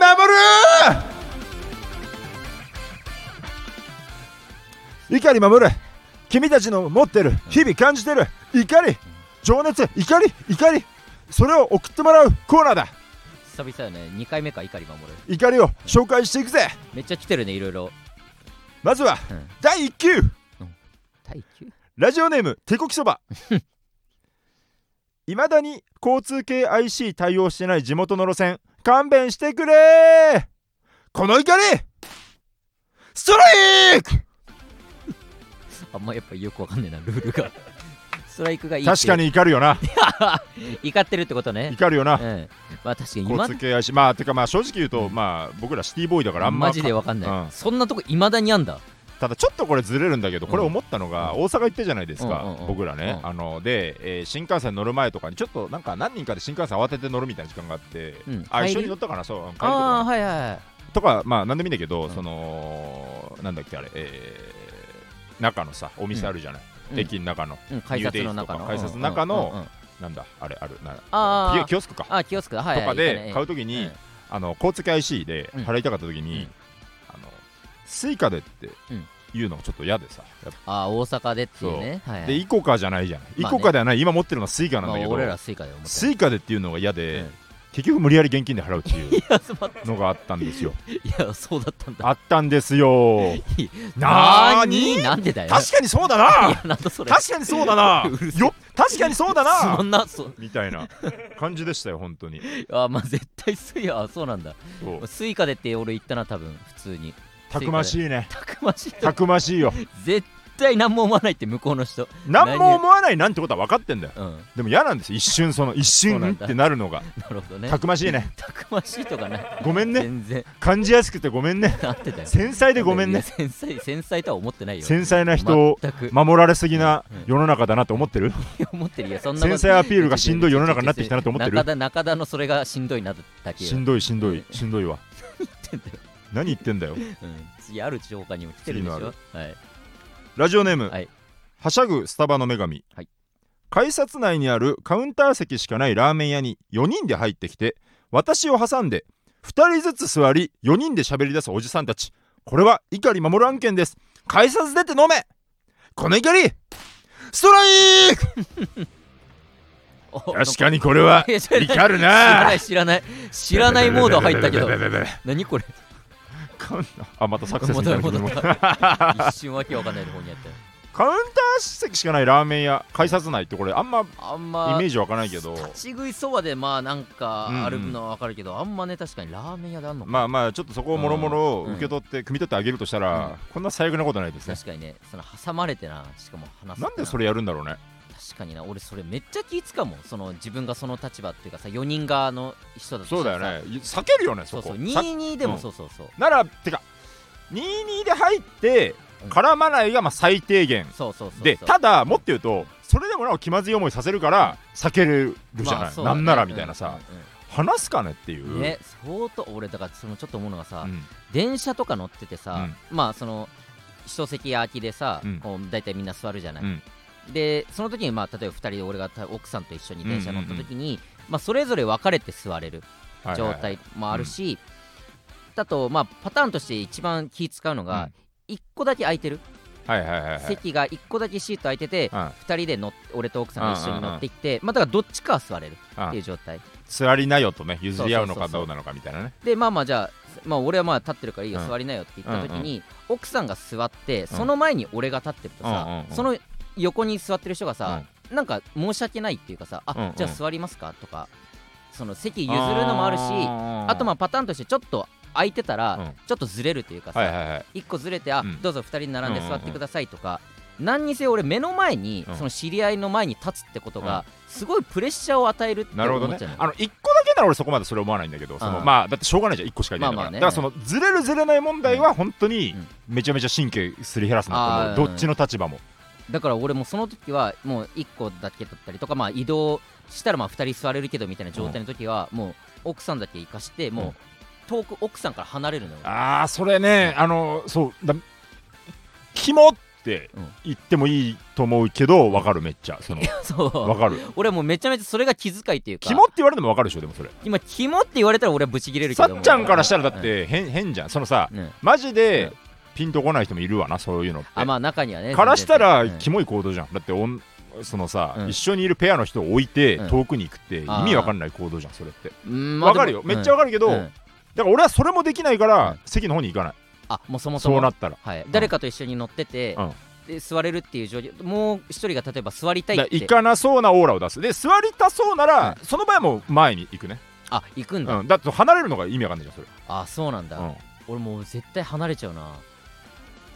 る怒り守る君たちの持ってる日々感じてる怒り情熱怒り怒りそれを送ってもらうコーナーだ
久々よね2回目か怒り守る
怒りを紹介していくぜ
めっちゃ来てるねいろいろ
まずは
うん
第1球
耐久
ラジオネーム手こき そばいまだに交通系 IC 対応してない地元の路線勘弁してくれーこの怒りストライク
あんまやっぱよくわかんねえなルールが ストライクがいいっていう
確かに怒るよな
怒ってるってことね
怒るよな
うんまあ確かに今
交通系 IC まあてかまあ正直言うとまあ僕らシティボーイだからあんま
マジでわかんない、
うん
そんなとこいまだにあんだ
ただちょっとこれずれるんだけど
うん
これ思ったのが
う
大阪行ってじゃないです
うんうん
か
うん
僕らね
うん
あのでえー新幹線乗る前とかにちょっとなんか何人かで新幹線慌てて乗るみたいな時間があって
うん
あ
帰り
一緒に乗ったかなそう帰りとか
ああ
な
ーはいはいはい
とかまあ何でもいいんだけど、
ん
そのなんだっけあれ、えー中のさお店あるじゃない、
うん
駅の中の、
うん、改札の中の
改札の中の
うんうんうんうん
なんだあれあるな
あー
キオスクか
あキオスクはいは
と
い
かで買
と
うとき
き
に、あの交通系 IC で
うん
払いたかったときに、
うん
あのスイカでって
うん
いうのがちょっと嫌でさ、やっぱ
あー大阪でっていうねはいはい
でイコカじゃないじゃん、
ね
イコカではない今持ってるのはスイカなん
ま
だけ
あ
ど、
俺らスイカで思って
スイカでっていうのが嫌で、
うん
結局無理やり現金で払うっていう
カ集まっ
のがあったんですよ
いやそうだったんだ
あったんですよ
い
なーに
ななんでだよ
確かにそうだない
やなんだそれ
確かにそうだな
うるせえ
よ確かにそうだ
そ
なん
なそう
みたいな感じでしたよ本 当に
あまあ絶対スイカそうなんだ
そう
スイカでって俺言ったな多分普通に
たくましいね
たくましい
たくましい よ
絶対何も思わないって向こうの人
何も思わないなんてことは分かってんだよ
うん
でも嫌なんですよ一 瞬その一
そう
瞬
なん
っ
だ
てなるのが
なるほどね
たくましいね
たくましいとかない
ごめんね
全然
感じやすくてごめんね
なってたよ
繊細でごめん
いや
ね
繊細繊細とは思ってないよ
繊細な人を
全く
守られすぎな
うん
世の中だなって思ってる
思ってるよそんなこ
繊
と
細アピールがしんどい世の中になってきたなって思っ
中
てる
田中田のそれがしんどいなだけよ
しんどいしんどいしんどいわ
言ってんだよ
何言ってんだよ
うん次ある地方課にも来てるでしょ
次の
はい
ラジオネーム、
はい
はしゃぐスタバの女神、
はい
改札内にあるカウンター席しかないラーメン屋に4人で入ってきて私を挟んで2人ずつ座り4人で喋り出すおじさんたちこれは怒り守る案件です改札出て飲めこの怒りスストライク
おなん
確かにこれは
いや知らない
怒
知ら
る
な
ない
知らない知らないモード入ったけど
ブブブブブブブ
何これ
こんな あまたサクセスみたいな
戻った戻っ
カウン
一瞬わけわかんないところにやったよ
ター席しかないラーメン屋改札内ってこれあんま
あん
イ
ま
メージわかないけど
立ち食いそばでまあなん
うん
か
うん
歩くのはわかるけど、あんまね確かにラーメン屋であんのか、
まあまあちょっとそこをもろもろ受け取って汲み取ってあげるとした
う
ら
ん
こんな最悪なことないですね
確かにねその挟まれてなしかも話す
なんでそ
れ
れやるんだろうね
確かにな俺それめっちゃ気使うもんその自分がその立場っていうかさ4人側の人だと
そうだよね避けるよね
そ
そう
そ
こ
う
さ
22で
う
も
ん
そうそうそう、
ならてか22で入って
うん
絡まないがまあ最低限
そうそうそうそう
でただもっと言うとそれでもなお気まずい思いさせるから避けれるじゃ
ま
な
あ
い
そう
な
だね
んならみたいなさ
うんうん
話すかねってい
うん
う
ね相当俺だからそのちょっと思うのがさ、
うん
電車とか乗っててさ、まあその一席空きでさ、
うん
こう大体みんな座るじゃない、
うん
でその時にまあ例えば2人で俺が奥さんと一緒に電車乗った時に、まあ、それぞれ分かれて座れる
はいはい
状
はい
態もあるし、だとまあパターンとして一番気使うのが、1個だけ空いてる、
はいはいはいはい
席が1個だけシート空いてて、
うん
2人で乗っ俺と奥さんが一緒に乗ってきて、まあ、だからどっちかは座れる
うん
っていう状態
座りなよとね譲り合うの
そ
か
うそうそうそ
ど
う
うなのかみたいなね
でまあまあじゃあ、まあ、俺はまあ立ってるからいいよ、
うん
座りなよって言った時に、奥さんが座ってその前に俺が立ってると
うんうん
さ、
うん
その横に座ってる人がさ、なんか申し訳ないっていうかさあ、
うんうん
じゃあ座りますかとかその席
譲
譲るのもあるしあ
あ
とまあパターンとしてちょっと空いてたら、
うん
ちょっとずれるというかさ、
はいはいはい
一個ずれてあ、
うん
どうぞ二人並んで座
う
っ
んうんう
て
ん
くださいとか、何にせよ俺目の前に、
うん
その知り合いの前に立つってことが、すごいプレッシャーを与えるって思
な
っ
るほどね
ちゃうのよ
あの1個だけなら俺そこまでそれ思わないんだけどその
うん
まあだってしょうがないじゃん1個しかいないんだから
ま
だ
あ
か
まあね
らそのずれるずれない問題は本当に
うん
めちゃめちゃ神経すり減らすなと
あー
思うどっちの立場も
だから俺もその時はもう1個だけだったりとか、まあ、移動したらまあ2人座れるけどみたいな状態の時は、もう奥さんだけ生かしてもう遠く奥さんから離れるのよ、
ああそれねあのそうだキモって言ってもいいと思うけどわかるめっちゃ その
そう
わかる
俺もうめちゃめちゃそれが気遣いっていうか
キモって言われてもわかるでしょでもそれ
今キモって言われたら俺はブチ切れるけ
さ
ども
っちゃんからしたらだっ、て変変じゃんそのさ
うんうん
マジ
う
で
ん
ピンとこない人もいるわなそういうのって
あまあ中にはね
からしたら
全然
キモい行動じゃんだっておんそのさ、
うん
一緒にいるペアの人を置いて
うん
遠くに行くって意
あー
味わかんない行動じゃんそれって
うんまあ
わかるよ
でも
めっちゃわかるけど、
うんう
だ
ん
から俺はそれもできないか
う
ら
ん
席の方に行かない
あもうそもそも
そうなったら
はい、誰かと一緒に乗ってて、
うん
で座れるっていう状況もう一人が例えば座りたい
だ
っ
から
て
行かなそうなオーラを出すで座りたそうなら、その場合はもう前に行くね、
あ行くんだ、
うん、だって離れるのが意味わかんないじゃんそれ、
あそうなんだ、
うん
俺もう絶対離れちゃうな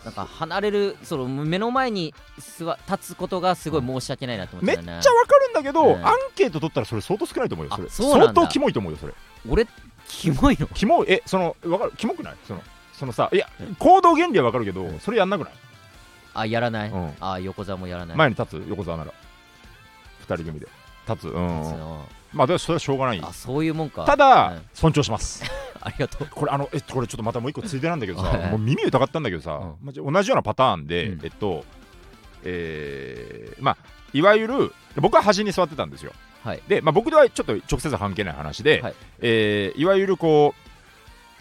なんか離れるその目の前に座立つことがすごい申し訳ないなと思っ
め
て
っち
た、ね、
ゃわかるんだけど、
うん
アンケート取ったらそれ相当少ないと思うよそれ
あそうなんだ
相当キモいと思うよそれ
俺キモいの
キモいえそのわかるキモくないそのそのさいや行動原理はわかるけど、
うん
それやんなくない、
あやらない、
うん
あ横座もやらない
前に立つ横澤なら二人組で立つうん
立つの
まあでもそれはしょうがない
あそういうもんか
ただ、
うん
尊重します
ありがとう
これあのえこれちょっとまたもう一個ついでなんだけど
はいは
さ
い
もう耳疑ったんだけどさ、
う
まあじゃあ同じようなパターンで、
うん
えっとえーまあいわゆる僕は端に座ってたんですよ、
はい
で、まあ、僕ではちょっと直接は関係ない話で、
はい
いえーいわゆるこう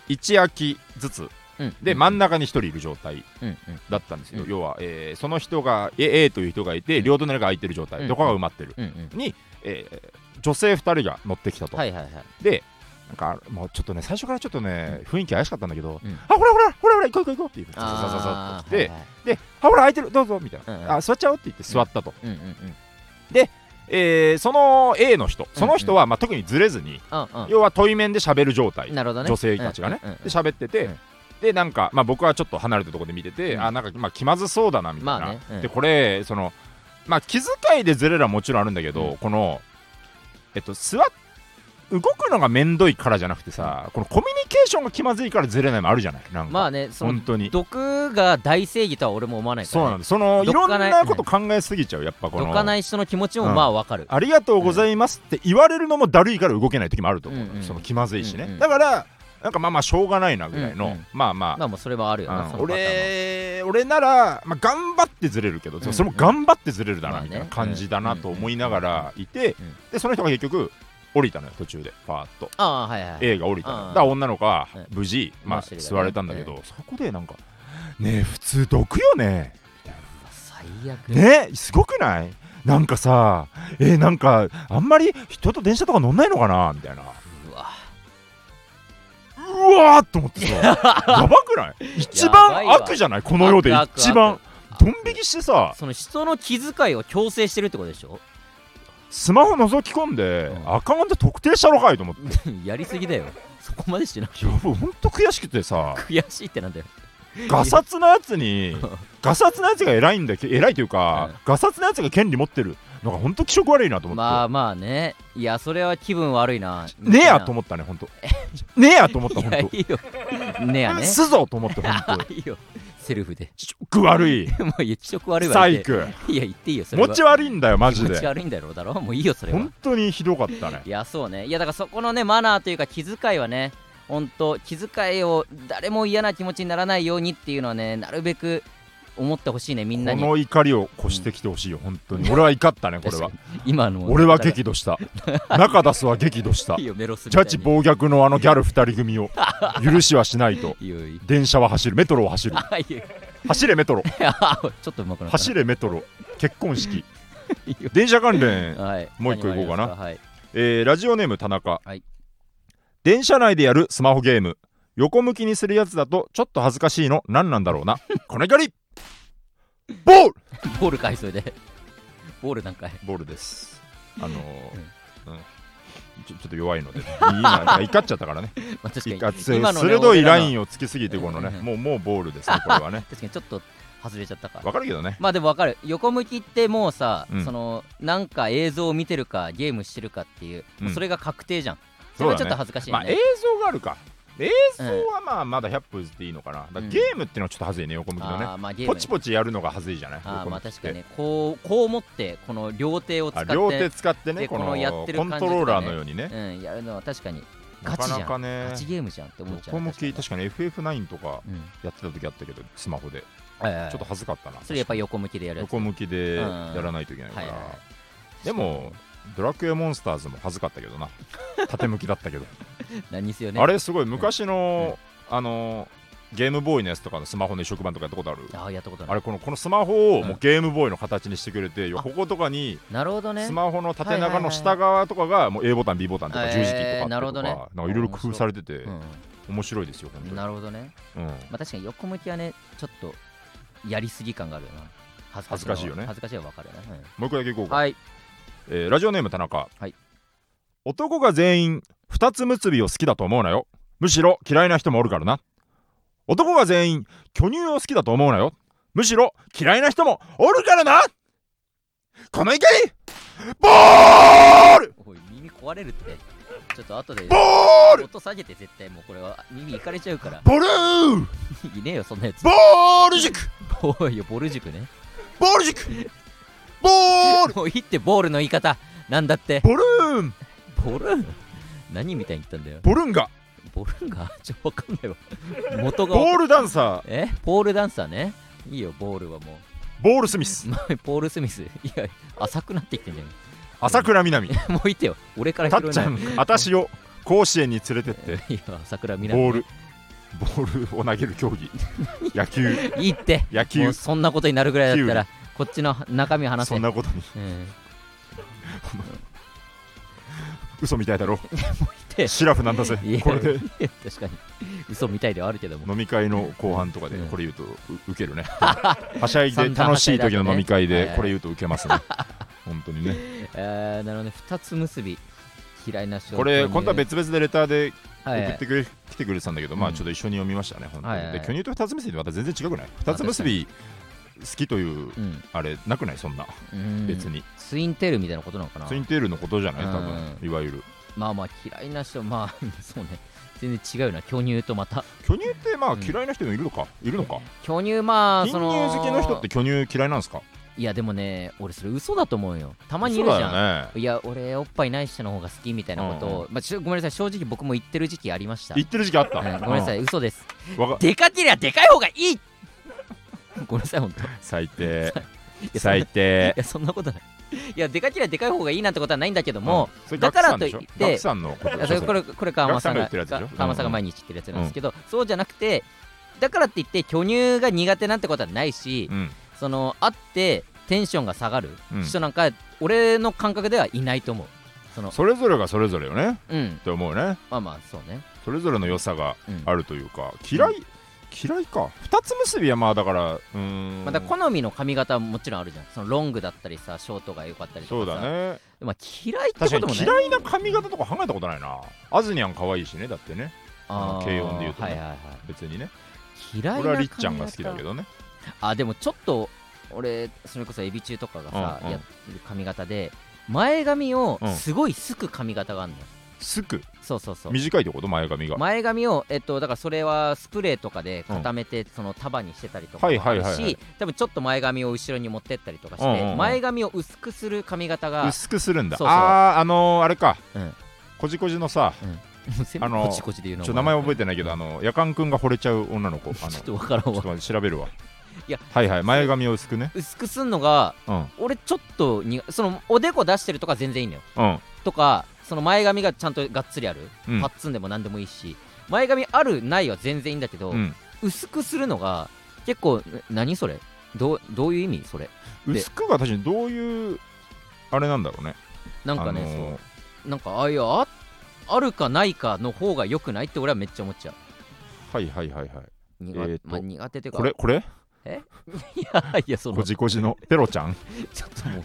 一空きずつ
うん
で真ん中に一人いる状態
うんうん
だったんですよ、
うん
要は、えーその人がえ A という人がいて両隣が空いてる状態、
うん
どこが埋まってる、
うんうん
に、えー女性2人が乗ってきたと、
はいはいはい
でなんかもうちょっとね最初からちょっとね、雰囲気怪しかったんだけど、
うん
あほらほらほらほら行こう行こう行こうって言ってささささ
あ
っ
ー
て、
はいはい
であほら空いてるどうぞみたいな、
うんうん
あ座っちゃおうって言って座ったと、
うんうんうん
えーその A の人その人は、まあ、特にずれずに、
うんうん
要は対面で喋る状態で
なるほどね
女性たちがね
うんうんうん
喋ってて、
うん
でなんか、まあ、僕はちょっと離れたところで見てて、
うん
あなんか、まあ、気まずそうだなみたいな、
まあねうん
でこれその、まあ、気遣いでずれるのはもちろんあるんだけど、
うん
この、えっと、座っ動くのがめんどいからじゃなくてさ、このコミュニケーションが気まずいからずれないのあるじゃないなんか、
まあねその
本当に
毒が大正義とは俺も思わないから、ね、
そうなんですそのい
どっ
ろん
かない
なこと考えすぎちゃうやっぱこ
どかな
の
い人の気持ちもまあわかる、
ありがとうございますって言われるのもだるいから動けない時もあると思う、
うんうん
その気まずいしね、
うんうん
だからなんかまあまあしょうがないなぐらいの、
うんうん
まあまあ
まあもうそれはあるよな、
うん
そのパターンは
俺俺なら、まあ、頑張ってずれるけど、
うんうん
それも頑張ってずれるだな
まあね
みたいな感じだなと思いながらいて、
うんうん
でその人が結局降りたのよ途中でパーッと
ああはいはい
A が降りたの
うん
よだから女の子は
うん
無事、まあ
まあ知りだね
座れたんだけど、そこでなんか「ねえ普通毒よね
最最悪
ねすごくないなんかさえなんかあんまり人と電車とか乗んないのかなみたいな
うわ
うわーっと思っ てさやばくない一
やばい
番
わ
悪じゃないこの世で
悪悪
一番
悪
ドン引きしてさ
その人の気遣いを強制してるってことでしょ
スマホ覗き込んで
うん
アカウント特定したのかいと思って
やりすぎだよそこまでしてなくて
いやもうほんと悔しく てさ
悔しいってなんだよ
ガサツなやつに
うん
ガサツなやつが偉いんだ け偉いというか
うん
ガサツなやつが権利持ってるのがほんと気色悪いなと思って、
まあまあねいやそれは気分悪いな
ねえやと
思
思ったね ほんとねえやと思ったほ
い
ん
やい
と
いよねやね
すぞと思ってほんと
いいよセルフで
気 色悪い
もういや気色悪いわ
サ
言っ
イ
て
ク
いや言っていいよそれ
持
は
ち悪いんだよマジ
気 持ち
で
悪いんだろうだろもういいよそれは
本当にひどかったね
いやそうねいやだからそこのねマナーというか気遣いはね本当気遣いを誰も嫌な気持ちにならないようにっていうのはねなるべく思ってほしいねみんな
こ
に
の怒りを越してきてほしいよ本当に俺は怒ったねこれは
確かに今の
俺は激怒した 中田スは激怒した
いいよメロスみ
ジ
たい
ャッ
に
ジ暴虐のあのギャル二人 組を許しはしないと
いいよいいよ
電車は走るメトロを 走る
あいいよ
走れメトロ
ちょっとうまくなった
走れメトロ結婚式
いいよ
電車関 連
はい
もう一個いこうかな
何もあります
えーラジオネーム田中、
はい
電車内でやるスマホゲーム横向きにするやつだとちょっと恥ずかしいの何なんだろうなこの怒りボー
は
ル
いボールかいそれでボールなんかい
ボールですあのーうんちょちょっと弱いので今怒っちゃったからね
まあ確
い
か
か
に
つ
今のね
鋭いラ
俺
イ
らの
ンをつきすぎてこの
うん
ね
うん
もうもうボールですねこれはね
確かにちょっと外れちゃったか
わかるけどね
まあでもわかる横向きってもうさ、
うん
そのなんか映像を見てるかゲームしてるかっていう、
うん
もうそれが確定じゃんそ
そう
れは
だね
ちょっと恥ずかしいよ
まあ映
ね
像があるか映像はまあまだ100分でいいのかなだから
うん
ゲームっていうのはちょっと恥ずいね横向きのね
あーまあゲーム
ポチポチやるのが恥ずいじゃない
あーまあ
横向きっ
確か
て
にねこうこう持ってこの両手を使
あ
って
両手使ってね
で
こ
こ
の
のやってる
コ
感
ン
じ
ト
とかね
ローラーのようにね
うんやるのは確かにガ
な
チ
か
じゃん
なかね
ガチゲームじゃんって思っちゃう
横向き
確か
確かに FF9 とか
に、うん
やってた時あったけどスマホでち
はいはいはい
ょっと恥ずかったな
それやっぱ横向きでやるやつ
横向きでやらないといけないか
はい
ら
はいはい
でもドラクエモンスターズも恥ずかった けどな縦向きだったけど
何にせよね
あれすごい昔のあのゲームボーイのやつとかのスマホの移植版とかやったことある
あーやったこと
あ
ない
れこのこのスマホをもううんゲームボーイの形にしてくれて
あ
こことかに
なるほどね
スマホの縦長の
は
下
い
側とかがもう A ボタン B ボタンとか
えー
十字キーとか
な
あ
る
っ
ほ
てと
ど
か
ね
なんかいろいろ工夫されてて
うん
面白いですよ本
う
当
ん
に
なるほどね
うん
まあ確かに横向きはねちょっとやりすぎ感があるよな恥ずの
恥ずかしいよね
恥ずかしいは分かるよね、うん
もう一個だけいこうか
はい
えーラジオネーム田中、
はい
男が全員二つ結びを好きだと思うなよむしろ嫌いな人もおるからな男が全員巨乳を好きだと思うなよむしろ嫌いな人もおるからなこの怒りボール
おい耳壊れるってちょっと後で
ボール
音下げて絶対もうこれは耳いかれちゃうから
ボルー
いねえよそんなやつ
ボール塾
おいよボル塾ね
ボール塾ボール
もういいってボールの言い方なんだって
ボルーン
ボルン何みたいに言ったんだよ
ボルンガ
ボルンがちょっとわかん ないわ元がわかん
ボールダンサー
えポールダンサーねいいよボールはも
ボールスミス
う まあポール・スミスいや浅くなってきてんじゃ
朝倉みな み
ん もういいってよ俺から
た
拾
っ
え
ちゃ
ない
んあたしを甲子園に連れてって
いや桜みなみ
ボールボールを投げる競 技野球
いいって
野
も
球
うそんなことになるぐらいだったらこっちの中身話せ
そんなことに
うん
嘘みたいだろ
て
シラフなんだぜ
いや
これで
いや確かに嘘みたいではあるけども
飲み会の後半とかで
うん
これ言うとう受ける ねはしゃいで
散々
楽しい時の飲み会
はしゃいだ
で
ね
これ言うと受けます ね本当にね
えーなるほどね2つ結び嫌いな人
これ今度は別々でレターで
は
送
いは
っ
い
てくれ来てくれてたんだけどまあ
うん
ちょっと一緒に読みましたね本当
はいはい
に
は
で
い
巨乳と二つ結びでまた全然違くない二つ結び好きという
うん
あれなくないそんな
うん
別に
ツインテールみたいなことなのかな
ツインテールのことじゃない多分
う
いわゆる
まあまあ嫌いな人まあ そうね全然違うよな巨乳とまた
巨乳ってまあ
うん
嫌いな人もいるのかいるのか
巨乳まあ
貧
その
乳好きの人って巨乳嫌いなんですか
いやでもね俺それ嘘だと思うよたまにい
そう
るじ
だ
ゃん、
よね
いや俺おっぱいない人の方が好きみたいなことを、まあ、ちょごめんなさい正直僕も言ってる時期ありました、
言ってる時期あった、
はいごめんなさい、嘘です
うんわか
でかけりゃでかい方がいいごめんなさい本当い
最低
やそんな
最低
いやそんなことないいやでかけりゃでかい方がいいなんてことはないんだけども、
うんそれ
だからとい
ガク
っ
さん
て
でしょガクさんのこ
い
とで
や
し
そ
ょ
れ
そ
こ
れ
れこれ川間さんが
ガクさんが言ってるやつでしょ
が川間さんが
うんうん
毎日言ってるやつなんですけど、そうじゃなくてだからって言って巨乳が苦手なんてことはないし、
うん
その会ってテンションが下がる
うん
人なんか、俺の感覚ではいないと思うその
それぞれがそれぞれよね
うん
って思うね
まあまあそうね
それぞれの良さが
うん
あるというか嫌い嫌いか二つ結びはまあだからうーん
また好みの髪型はもちろんあるじゃんそのロングだったりさショートが良かったり
そ
とか
う
さ
だね
まあ嫌いってこと
確か
も
に
ね
嫌いな髪型とか考えたことないなアズニャン可愛いしねだってね
あー
軽音で言うとね
はいはいはい
別にね
嫌いな
俺はりっちゃんが好きだけ
ど
どね
あでもちょっと俺それこそエビ中とかがさ、
うんうん
やってる髪型で前髪を
うん
すごいすく髪型があるのよ、
すく
そうそうそう
短いってこと前髪が
前髪を、えっと、だからそれはスプレーとかで固めて、その束にしてたりとか
は
も
いは
あ
い
る
はいはい
し多分ちょっと前髪を後ろに持ってったりとかして、
うんうんうん
前髪を薄くする髪型が
薄くするんだ
そうそう
あああのーあれか
うん
こじこじのさ
全部
あの
こちこちで言う
ちょ
の
っと名前覚え
え
てないけどあの夜間くんが惚れちゃう女の子あ の
ち
ち
ょ
ょ
っ
っ
と
と
わからんわ
待って調べるわ
いや
はいはい前髪を薄くね
薄くすんのが
うん
俺ちょっとにそのおでこ出してるとか全然いいのよ
うん
とかその前髪がちゃんとがっつりある、
うん
パッツンでも何でもいいし前髪あるないは全然いいんだけど、
うん
薄くするのが結構な何それどうどういう意味それで
薄くが確かにどういうあれなんだろうね
なんかね、
あのー
そうなんかあいやああるかないかの方が良くないって俺はめっちゃ思っちゃう
はいはいはいはい
苦,、
えーと
まあ、苦手というか
これこれ
いやいやそ
こ
の
じこじのペロちゃん
ちょっともう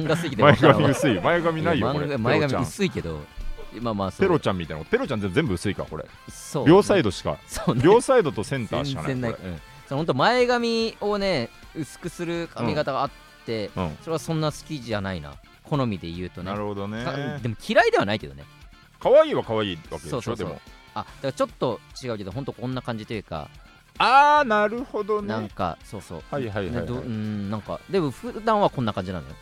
漫画すぎて
前
わからん
髪
わ
薄い前髪ないよ
や
これ
漫
ペ
画
ロ
前
ちゃ
髪
ん
薄いけどまあまあそう
ペロちゃんみたいなのペロちゃんって全部薄いかこれ
そう
両サイドしか
そうね
両サイドとセンターし
全
かない
然ない
こ
うんその本当前髪をね薄くする髪型があって、
れうん
それはそんな好きじゃないな好みで言うとね
なるほど
か
ね
でも嫌いではないけどね
可愛いは可愛い
そ
わけで
う
し
そ
ょ
うそ
で
う
も
あだからちょっと違うけど本当こんな感じというか
ああなるほど
なん
ね
かそうそう
はいはいはいはい
どうーんなんかでも普段はこんな感じなのよ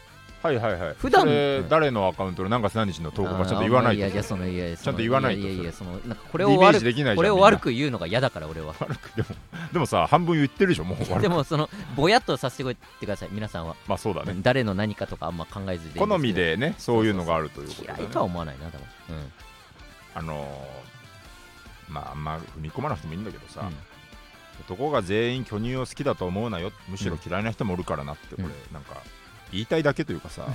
はいはいはい
普段
それ
うん
誰のアカウントの何月何日の投稿かちょっと言
あ
わ
ー
ない
いやい
と
やそのいやいやその
ちゃんと言わないと
いやいやいや
そ
そのなんかこ
こ
れを
イメー
悪
ジ
く
できないじゃん
これを
みんな
悪く言うのが嫌だから俺は
悪くでもでもさ半分言ってるでしょもう悪 く
でもそのぼやっとさせてください皆さん は
まあそうだね
誰の何かとかあんま考えずでいいんすけど
好みでねそういうのがあるということ
嫌
だ
い
ね
とは思わないな多分うん
あのーまああんま踏み込まなくてもいいんだけどさ、
うん
男が全員巨乳を好きだと思うなよむしろ嫌いな人もおるからなって、
うん
これなんか言いたいだけというかさ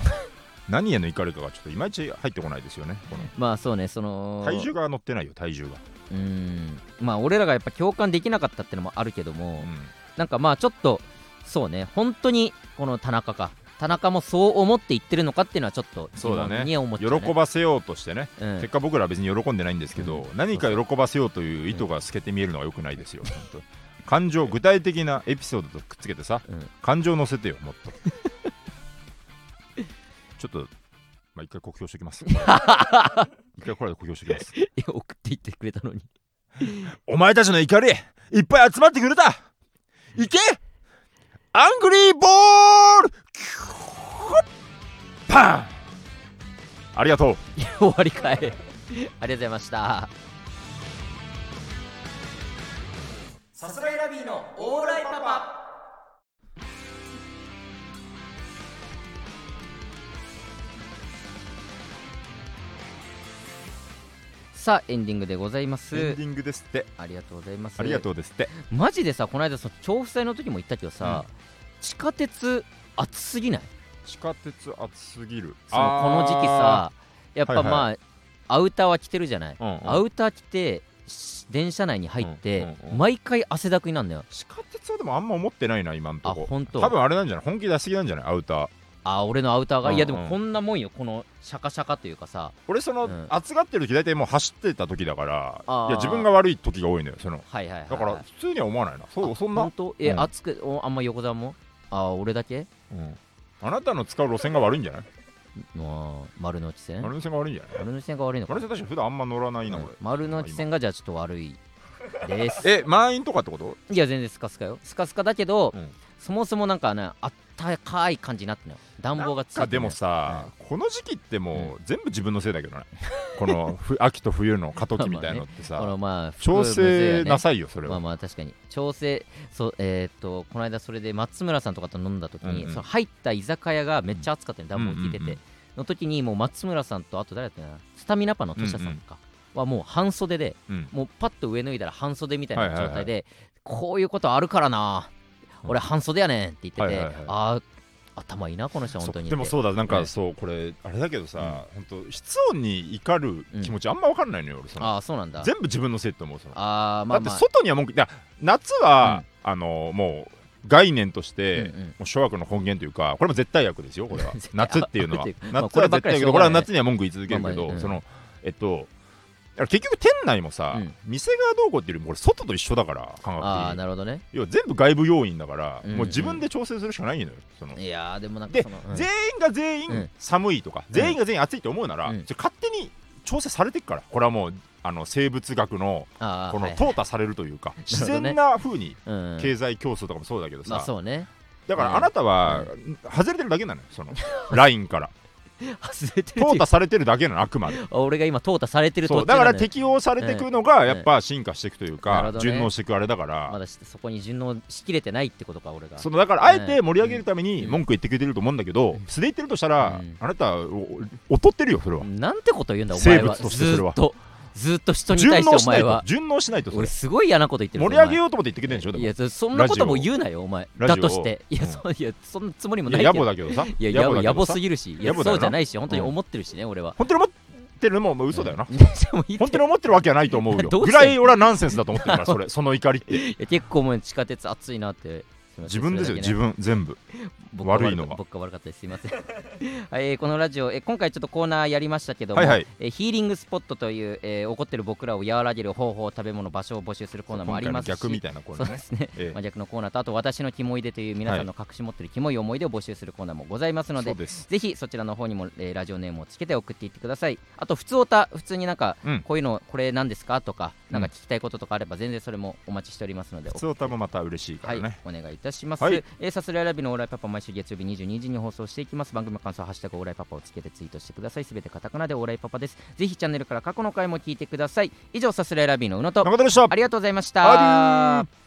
何への怒りかがちょっといまいち入ってこないですよねこの
まあそうねその
体重が乗ってないよ体重が、
うーんまあ俺らがやっぱ共感できなかったってのもあるけども、
うん
なんかまあちょっとそうね本当にこの田中か田中もそう思って言ってるのかっていうのはちょっと
そうだ
疑問
ね
に思っちゃう、ね、
喜ばせようとしてね、
うん、
結果僕らは別に喜んでないんですけど、
う
何か喜ばせようという意図が透けて見えるのは良くないですよ、本当感情具体的なエピソードとくっつけてさ、
うん
感情乗せてよもっ とちょっとまあ一回酷評してお きます一回これで酷評しておきます
いや送って言ってくれたのに
お前たちの怒り、いっぱい集まってくれた行けアングリーボールパンありがとう
いや終わりかい ありがとうございました
さすらいラビーのオーライパパ
さあエンディングでございま
エ
す
ンディングですって。
ありがとうございます
ありがとうですって。
マジでさこの間その調布祭の時も言ったけどさ、地下鉄暑すぎない
地下鉄暑すぎる。
そのこの時期さやっぱまあ、
はい
アウターは着てるじゃない、
うんうん
アウター着てし電車内に入って、
うんうんうん
毎回汗だくになるんだよ
地下鉄はでもあんま思ってないな、今んとこ。
あほんと
多分あれなんじゃない本気出しすぎなんじゃないアウター。
あ俺のアウターが、
うんうん
いやでもこんなもんよこのシャカシャカというかさ
俺、その、
うん
暑がってる時、大体もう走ってた時だから、
あー
いや、自分が悪い時が多いのよ、その。
はいはいはい、
だから、普通には思わないな。そう、そんな
本。当え、
うん
暑くおあんま横田もあー俺だけ
うんあなたの使う路線が悪いんじゃない
まあ丸の内線
あの路線が悪いんじゃない
丸の内線が悪いのか
マルセ確か普段あんま乗らないな、
うん
俺
丸の内線がじゃあちょっと悪い です
え満員とかってこと
いや全然スカスカよスカスカだけど、
うん
そもそもなんかねあったかい感じになってんのよ暖房がついて
な
の
んかで
よ
もさ、この時期ってもう全部自分のせいだけどねこのふ秋と冬の過渡期みたいのってさ、
この まあ
調整な
服
さいよそ
むずいよね
れ
ま
は、
あまあ確かに調整そうえーっとこの間それで松村さんとかと飲んだ時に、
うんうん
その入った居酒屋がめっちゃ暑かったね、暖房効いてて、
うんうんうん
の時にもう松村さんとあと誰だったかなスタミナパンの年田さんとかはもう半袖で
うん
もうパッと上脱いだら半袖みたいな
はいはいはい
状態で、こういうことあるからな俺半袖やねんって言ってて、
はいはいはい
あー頭いいなこの人本当に
でもそうだなんか
ね
そうこれあれだけどさ本当室温に怒る気持ちあんま分かんないのよ俺その
ああそうなんだ
全部自分のせいって思うその
ああまあ
だって
まあ
外には文句だ夏はあのもう概念とし
うんう
て
ん
もう諸悪の根源というかこれも絶対悪ですよこれは
絶対悪
夏っていうのは
っていうかまあ
夏
こ
は
れば
絶
っかり
対
し
け
ょ
ど
うが
こ
な
れ
い
は夏には文句言い続けるけ
まあまあ
ど
うん
そのえっとだから結局店内もさ
うん
店がどうこうっていうよりもこれ外と一緒だから感
ああ
覚的
な
に
るほどね
要は全部外部要因だから
うん
もう自分で調整するしかないのよその
いやーでもなんか
で
その、うん
全員が全
う
員
ん
寒いとか、全員が全員暑いって思うなら、
うん
それ勝手に調整されていくからこれはもうあの生物学の
あー
この
はい
淘汰されるというか、自
なるほどね
然な風に
うん
経済競争とかもそうだけどさ、
まあそうね
だからあなたは外れてるだけなのよその ライ ンから
外れてるっ
淘
ていう
汰されてるだけなのあくまで
あ俺が今淘汰されてる途
そう
中
だ
な
か
のよ
ら適応されていくのが
ん
やっぱ進化していくという
なる
か
ほ、どね
順応していくあれだから、
まだしそこに順応しきれてないってことか俺が
そのだからあえて盛り上げるために
うん
文句言ってくれてると思うんだけど、
うん
素で言ってるとしたら、
うん
あなたお劣ってるよそれは。
なんてこと言うんだお前は
生物としてそ
ずー
れは
っとずーっと人に
順
対して
応
お
しな
前
いと
は
順応しないとそ
俺
れ
すごい嫌なこと言ってる
盛り上げ
う
ようと思って言ってきてるんでしょでも
いやそそんなことも言うなよお前
ラジオ
だとしていや
うん
そういやそんなつもりも
い
な
や
いけ
野暮
ど
だけどさ
いややぼやぼ
さ
すぎるしい
野
や
暮だよ
そう
な
じゃないし本当に
うん
思ってるしね俺は
本当に思ってるのももう嘘だよな、
うん もう言って
本当に思ってるわけはないと思うよ
どうし
ぐ
て
らい俺はナンセンスだと思ってるか らそれその怒りって
いや結構もう地下鉄暑いなってすいませ
自
ん
分ですよ
それだけ
自
ね
分全部
僕が
悪いのが
僕が悪かったですすいません、 はいえーこのラジオ、えー今回ちょっとコーナーやりましたけども、
はいはい
えーヒーリングスポットという、えー怒ってる僕らを和らげる方法食べ物場所を募集するコーナーもありますし
今回の逆みたいなこ
そ
れ
う
ね
ですね、
ええ
真逆のコーナーとあと私のキモいでという皆さんの隠し持ってるキモい思い出を募集するコーナーもございますの
そ
で
うです
ぜひそちらの方にも、えーラジオネームをつけて送っていってくださいあと普通おた普通になんか、
うん
こういうのこれ何ですかとか
うん
なんか聞きたいこととかあれば全然それもお待ちしておりますので
普通歌もまた嬉しいか
は
ら
い
ね、、
お願いいたします。
はい
えーさすらいラビのオーライパパ毎週月曜日22時に放送していきます。番組の感想ハッシュタグオーライパパをつけてツイートしてください。すべてカタカナでオーライパパです。ぜひチャンネルから過去の回も聞いてください。以上さすらいラビの宇野と
中田でした
ありがとうございました。
アデュー